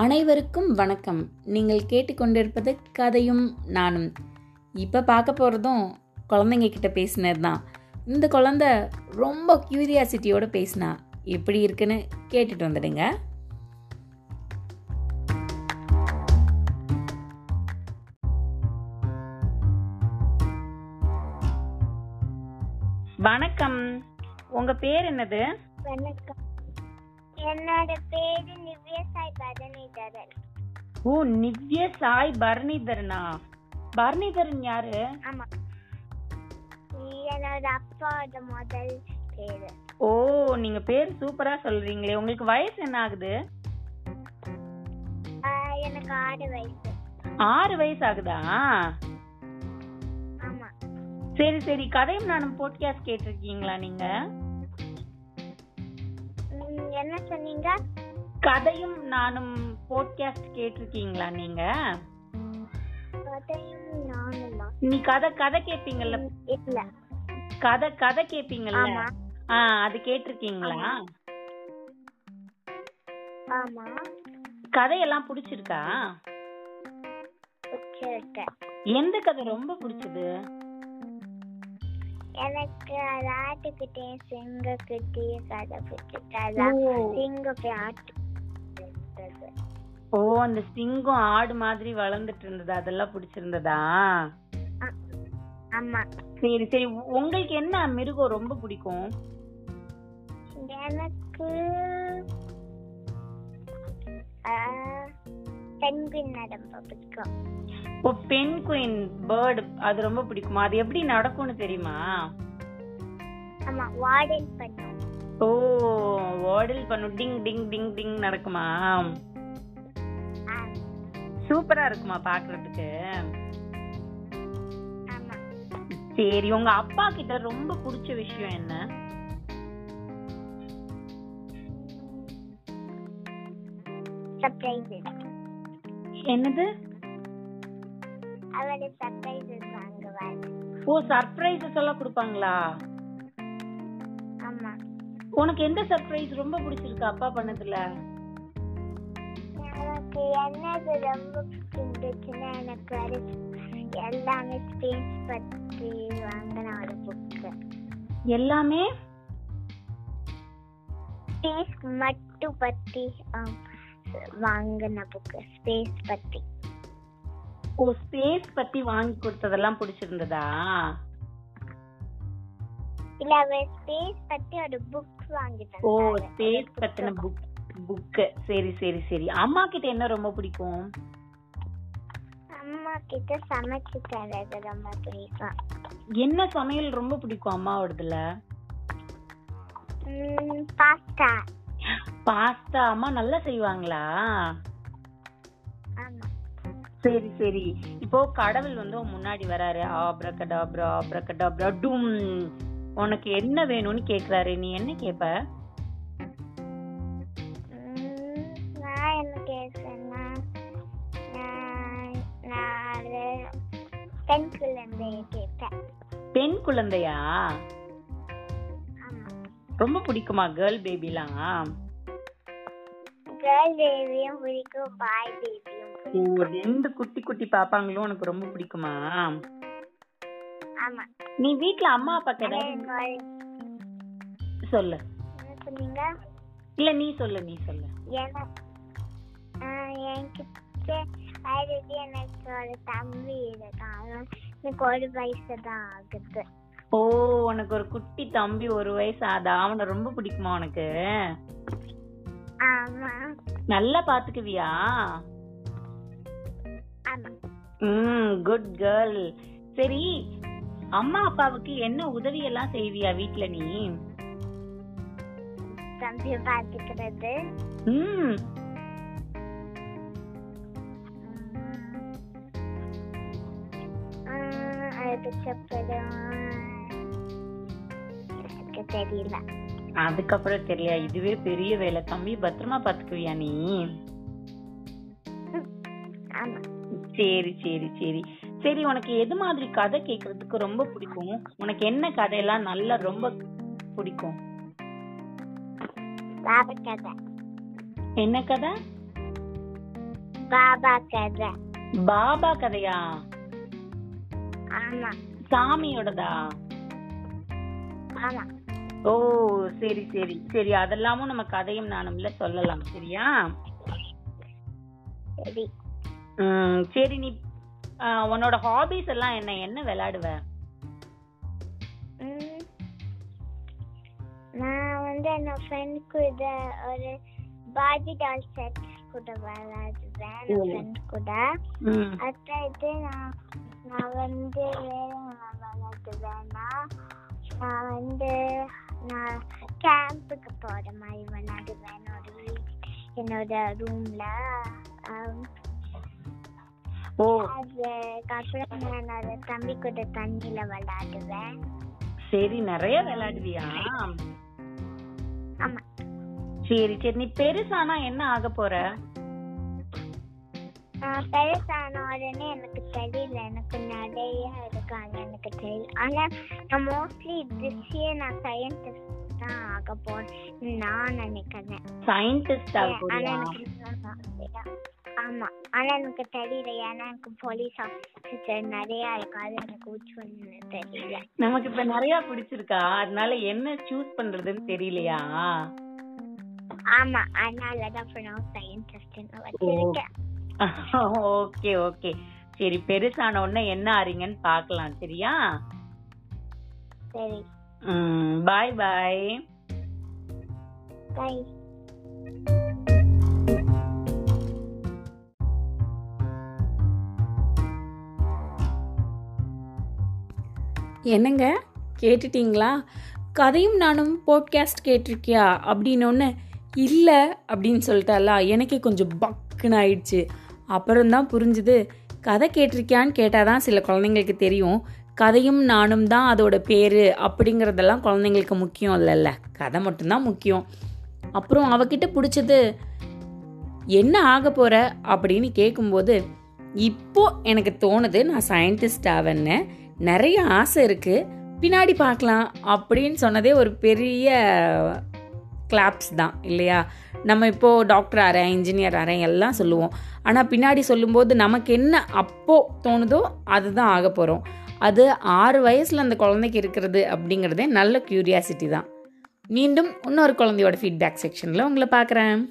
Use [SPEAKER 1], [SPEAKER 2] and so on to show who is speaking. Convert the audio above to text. [SPEAKER 1] அனைவருக்கும் வணக்கம் நீங்கள் கேட்டுக்கொண்டிருப்பது கதையும் நானும் இப்போ பார்க்க போகிறதும் குழந்தைங்க கிட்ட பேசினது தான் இந்த குழந்த ரொம்ப கியூரியாசிட்டியோட பேசினா எப்படி இருக்குன்னு கேட்டுட்டு வந்துடுங்க வணக்கம் உங்க பேர் என்னது
[SPEAKER 2] வணக்கம் என்னோட பேரு நிவ்யா சாய் பதனிதரன்
[SPEAKER 1] ஓ நிவ்ய சாய் பரணிதரனா பரணிதரன் யாரு
[SPEAKER 2] ஆமா இது என்னோட அப்பாவோட முதல் பேரு
[SPEAKER 1] ஓ நீங்க பேர் சூப்பரா சொல்றீங்களே உங்களுக்கு வயசு என்ன ஆகுது
[SPEAKER 2] ஆஹ் எனக்கு ஆறு வயசு
[SPEAKER 1] ஆறு வயசு ஆகுதா
[SPEAKER 2] ஆமா
[SPEAKER 1] சரி சரி கதையும் நானும் போட்காஸ்ட் கேட்டிருக்கீங்களா நீங்க
[SPEAKER 2] உம், என்ன சொன்னீங்க
[SPEAKER 1] கதையும் நானும் போட்காஸ்ட் கேட்டிருக்கீங்களா நீங்க
[SPEAKER 2] கதையும் நானுமா
[SPEAKER 1] நீ கதை கதை கேட்பீங்கல்ல
[SPEAKER 2] உம், இல்ல
[SPEAKER 1] கதை கதை கேட்பீங்கல்ல
[SPEAKER 2] ஆமா
[SPEAKER 1] ஆ அது கேட்டிருக்கீங்களா
[SPEAKER 2] ஆமா. ஆமா
[SPEAKER 1] கதையெல்லாம் பிடிச்சிருக்கா
[SPEAKER 2] உச்சிருக்க
[SPEAKER 1] எந்த கதை ரொம்ப பிடிச்சது
[SPEAKER 2] எனக்கு ஆட்டுக்கிட்டே சிங்கக்கிட்டே கதை பிடிச்சிருக்கு அதான்
[SPEAKER 1] ஓ.
[SPEAKER 2] சிங்கம் போய் ஆட்டு
[SPEAKER 1] ஓ அந்த சிங்கம் ஆடு மாதிரி வளர்ந்துட்டு இருந்தது அதெல்லாம் பிடிச்சிருந்ததா
[SPEAKER 2] ஆ- ஆமா
[SPEAKER 1] சரி சரி உ- உங்களுக்கு என்ன மிருகம் ரொம்ப பிடிக்கும்
[SPEAKER 2] எனக்கு ஆஹ், பெண்பின் நடம்ப பிடிக்கும்
[SPEAKER 1] ஓ பெண் குயின் பேர்டு அது ரொம்ப பிடிக்குமா அது எப்படி நடக்கும்னு தெரியுமா
[SPEAKER 2] ஆமா வார்டன் பண்ணும்
[SPEAKER 1] ஓ ஓடல் பண்ணும் டிங் டிங் டிங் டிங் நடக்குமா
[SPEAKER 2] ஆ-
[SPEAKER 1] சூப்பரா இருக்குமா பாக்குறதுக்கு
[SPEAKER 2] ஆமா
[SPEAKER 1] சரி உங்க அப்பா கிட்ட ரொம்ப பிடிச்ச விஷயம் என்ன
[SPEAKER 2] சர்ப்ரைஸ்
[SPEAKER 1] என்னது
[SPEAKER 2] அவரு சர்ப்ரைஸ் வாங்குவார்
[SPEAKER 1] ஓ சர்ப்ரைசஸ் எல்லாம் கொடுப்பாங்களா
[SPEAKER 2] ஆமா
[SPEAKER 1] உனக்கு எந்த சர்ப்ரைஸ் ரொம்ப பிடிச்சிருக்கு அப்பா பண்ணதுல
[SPEAKER 2] எனக்கு என்னது ரொம்ப பிடிச்சிருந்துச்சுன்னா எனக்கு ஒரு எல்லாமே ஸ்பேஸ் பத்தி வாங்கின ஒரு புக்கு
[SPEAKER 1] எல்லாமே
[SPEAKER 2] ஸ்பேஸ் மட்டும் பத்தி ஆம், வாங்கின புக்கு ஸ்பேஸ் பத்தி
[SPEAKER 1] ஓ ஸ்பேஸ் பத்தி வாங்கி கொடுத்ததெல்லாம் பிடிச்சிருந்ததா
[SPEAKER 2] இல்ல அவன் ஸ்பேஸ் பத்தி ஒரு புக் வாங்கிட்டான்
[SPEAKER 1] ஓ ஸ்பேஸ் பத்தின புக் புக்கு சரி சரி சரி அம்மா கிட்ட என்ன ரொம்ப பிடிக்கும்
[SPEAKER 2] அம்மா கிட்ட சமைச்சு தரது ரொம்ப பிடிக்கும்
[SPEAKER 1] என்ன சமையல் ரொம்ப பிடிக்கும் அம்மாவோடதுல
[SPEAKER 2] உம் பாஸ்தா
[SPEAKER 1] பாஸ்தா அம்மா நல்லா செய்வாங்களா
[SPEAKER 2] ஆமா
[SPEAKER 1] சரி சரி இப்போ கடவுள் வந்து உன் முன்னாடி வராரு ஆப்ரகடாப்ரா ஆப்ரகடாப்ரா டும் உனக்கு என்ன வேணும்னு கேக்குறாரு நீ என்ன கேப்ப
[SPEAKER 2] உம் நான் என்ன கேட்கறேன்னா நான் நான் பெண் குழந்தைய கேட்டேன்
[SPEAKER 1] பெண் குழந்தையா
[SPEAKER 2] ஆமா
[SPEAKER 1] ரொம்ப பிடிக்குமா கேர்ள் பேபிலாம்
[SPEAKER 2] கேர்ள் பேபியும் பிடிக்கும் பாய் பேபியும்
[SPEAKER 1] ஓ
[SPEAKER 2] பிடிக்கும்
[SPEAKER 1] ரெண்டு குட்டி குட்டி பாப்பாங்களும் உனக்கு ரொம்ப பிடிக்குமா
[SPEAKER 2] ஆமா
[SPEAKER 1] நீ வீட்ல அம்மா அப்பா
[SPEAKER 2] ஆனா
[SPEAKER 1] ஏதாவது
[SPEAKER 2] எனக்கு ஒரு-
[SPEAKER 1] சொல்லு
[SPEAKER 2] என்ன சொன்னீங்க
[SPEAKER 1] இல்ல நீ சொல்லு நீ சொல்லு
[SPEAKER 2] ஏன்னா ஆஹ் என்கிட்ட ஆல்ரெடி எனக்கு ஒரு தம்பி இருக்கான் அவன் எனக்கு ஒரு வயசு தான் ஆகுது
[SPEAKER 1] ஓ உனக்கு ஒரு குட்டி தம்பி ஒரு வயசு ஆதா அவனை ரொம்ப பிடிக்குமா உனக்கு
[SPEAKER 2] ஆமா
[SPEAKER 1] நல்லா பாத்துக்குவியா
[SPEAKER 2] ஆமா
[SPEAKER 1] ம் குட் கேர்ள் சரி அம்மா அப்பாவுக்கு என்ன உதவி எல்லாம் செய்வியா வீட்ல நீ
[SPEAKER 2] தம்பி பார்த்துக்கிறது
[SPEAKER 1] ம்
[SPEAKER 2] ஆஹ் அதுக்கப்புறம் எனக்கு தெரியல
[SPEAKER 1] அதுக்கப்புறம் தெரியல இதுவே பெரிய வேலை தம்பி பத்திரமா பாத்துக்குவியா நீ
[SPEAKER 2] ஆமா
[SPEAKER 1] சரி சரி சரி சரி உனக்கு எது மாதிரி கதை கேக்குறதுக்கு ரொம்ப பிடிக்கும் உனக்கு என்ன கதையெல்லாம் நல்லா ரொம்ப பிடிக்கும்
[SPEAKER 2] பாப கதை
[SPEAKER 1] என்ன கதை
[SPEAKER 2] பாபா கதை
[SPEAKER 3] பாபா கதையா
[SPEAKER 2] ஆமா
[SPEAKER 3] சாமியோடதா
[SPEAKER 2] ஆமா
[SPEAKER 3] ஓ சரி சரி சரி அதெல்லாமும் நம்ம கதையும் நானும்ல சொல்லலாம் சரியா
[SPEAKER 2] சரி
[SPEAKER 3] ம், சரி நீ ஆ, உன்னோட ஹாபிஸ் எல்லாம் என்ன என்ன விளையாடுவ
[SPEAKER 2] ம். நான் வந்து என்னோட ஃப்ரெண்ட் கூட ஒரு பாஜி டால் செட் கூட விளையாடுவேன்
[SPEAKER 3] ஓ.
[SPEAKER 2] என் ஃப்ரெண்ட் கூட
[SPEAKER 3] ம்,
[SPEAKER 2] அடுத்தது நான் நான் வந்து வேற நான் விளையாடுவேன்னா நான் வந்து நான் கேம்புக்கு போகிற மாதிரி விளையாடுவேன் என்னோட வீட் என்னோட ரூமில்
[SPEAKER 3] ஓ
[SPEAKER 2] அதுக்கப்புறம் நான் என்னோட தம்பி கூட தண்ணியில் விளையாடுவேன்
[SPEAKER 3] சரி நிறைய விளையாடுவியா
[SPEAKER 2] ஆமாம்
[SPEAKER 3] சரி சரி நீ பெருசானா என்ன ஆக போற
[SPEAKER 2] நான் பெருசான உடனே எனக்கு தெரியல எனக்கு நிறைய இருக்கு அது எனக்கு தெரியல ஆனா நான் மோஸ்ட்லி this year நான் சயின்டிஸ்ட் தான் ஆக போறேன் நான் நினைக்கிறேன்
[SPEAKER 3] சயின்டிஸ்ட் ஆக போறியா
[SPEAKER 2] ஆனா எனக்கு இன்னும் ஆசையா. ஆமா ஆனா எனக்கு தெரியல ஏன்னா எனக்கு போலீஸ் ஆஃபீஸர் நிறைய இருக்கு அது எனக்கு உச்சுன்னு தெரியல
[SPEAKER 3] நமக்கு இப்ப நிறைய பிடிச்சிருக்கா அதனால என்ன சூஸ் பண்றதுன்னு தெரியலையா
[SPEAKER 2] ஆமா அதனாலதான் இப்ப நான் சயின்டிஸ்ட் வச்சிருக்கேன்
[SPEAKER 3] ஓகே ஓகே சரி பெருசான உடனே என்ன ஆறீங்கன்னு பார்க்கலாம் சரியா
[SPEAKER 2] சரி
[SPEAKER 1] Mm,
[SPEAKER 3] பாய் பாய்
[SPEAKER 2] பை
[SPEAKER 1] என்னங்க கேட்டுட்டீங்களா கதையும் நானும் போட்காஸ்ட் கேட்டிருக்கியா அப்படின்னொன்னு இல்லை அப்படின்னு சொல்லிட்டாலா எனக்கே கொஞ்சம் பக்குன்னு ஆயிடுச்சு அப்புறம்தான் புரிஞ்சுது கதை கேட்டிருக்கியான்னு கேட்டால் தான் சில குழந்தைங்களுக்கு தெரியும் கதையும் நானும் தான் அதோட பேர் அப்படிங்கிறதெல்லாம் குழந்தைங்களுக்கு முக்கியம் இல்லைல்ல கதை மட்டும்தான் முக்கியம் அப்புறம் அவகிட்ட பிடிச்சது என்ன ஆக போகிற அப்படின்னு கேட்கும்போது இப்போ எனக்கு தோணுது நான் சயின்டிஸ்ட் ஆவேன்னு நிறைய ஆசை இருக்குது பின்னாடி பார்க்கலாம் அப்படின்னு சொன்னதே ஒரு பெரிய கிளாப்ஸ் தான் இல்லையா நம்ம இப்போது டாக்டர் ஆறேன் இன்ஜினியர் ஆறேன் எல்லாம் சொல்லுவோம் ஆனால் பின்னாடி சொல்லும்போது நமக்கு என்ன அப்போது தோணுதோ அதுதான் ஆக போகிறோம் அது ஆறு வயசில் அந்த குழந்தைக்கு இருக்கிறது அப்படிங்கிறதே நல்ல க்யூரியாசிட்டி தான் மீண்டும் இன்னொரு குழந்தையோட ஃபீட்பேக் செக்ஷனில் உங்களை பார்க்குறேன்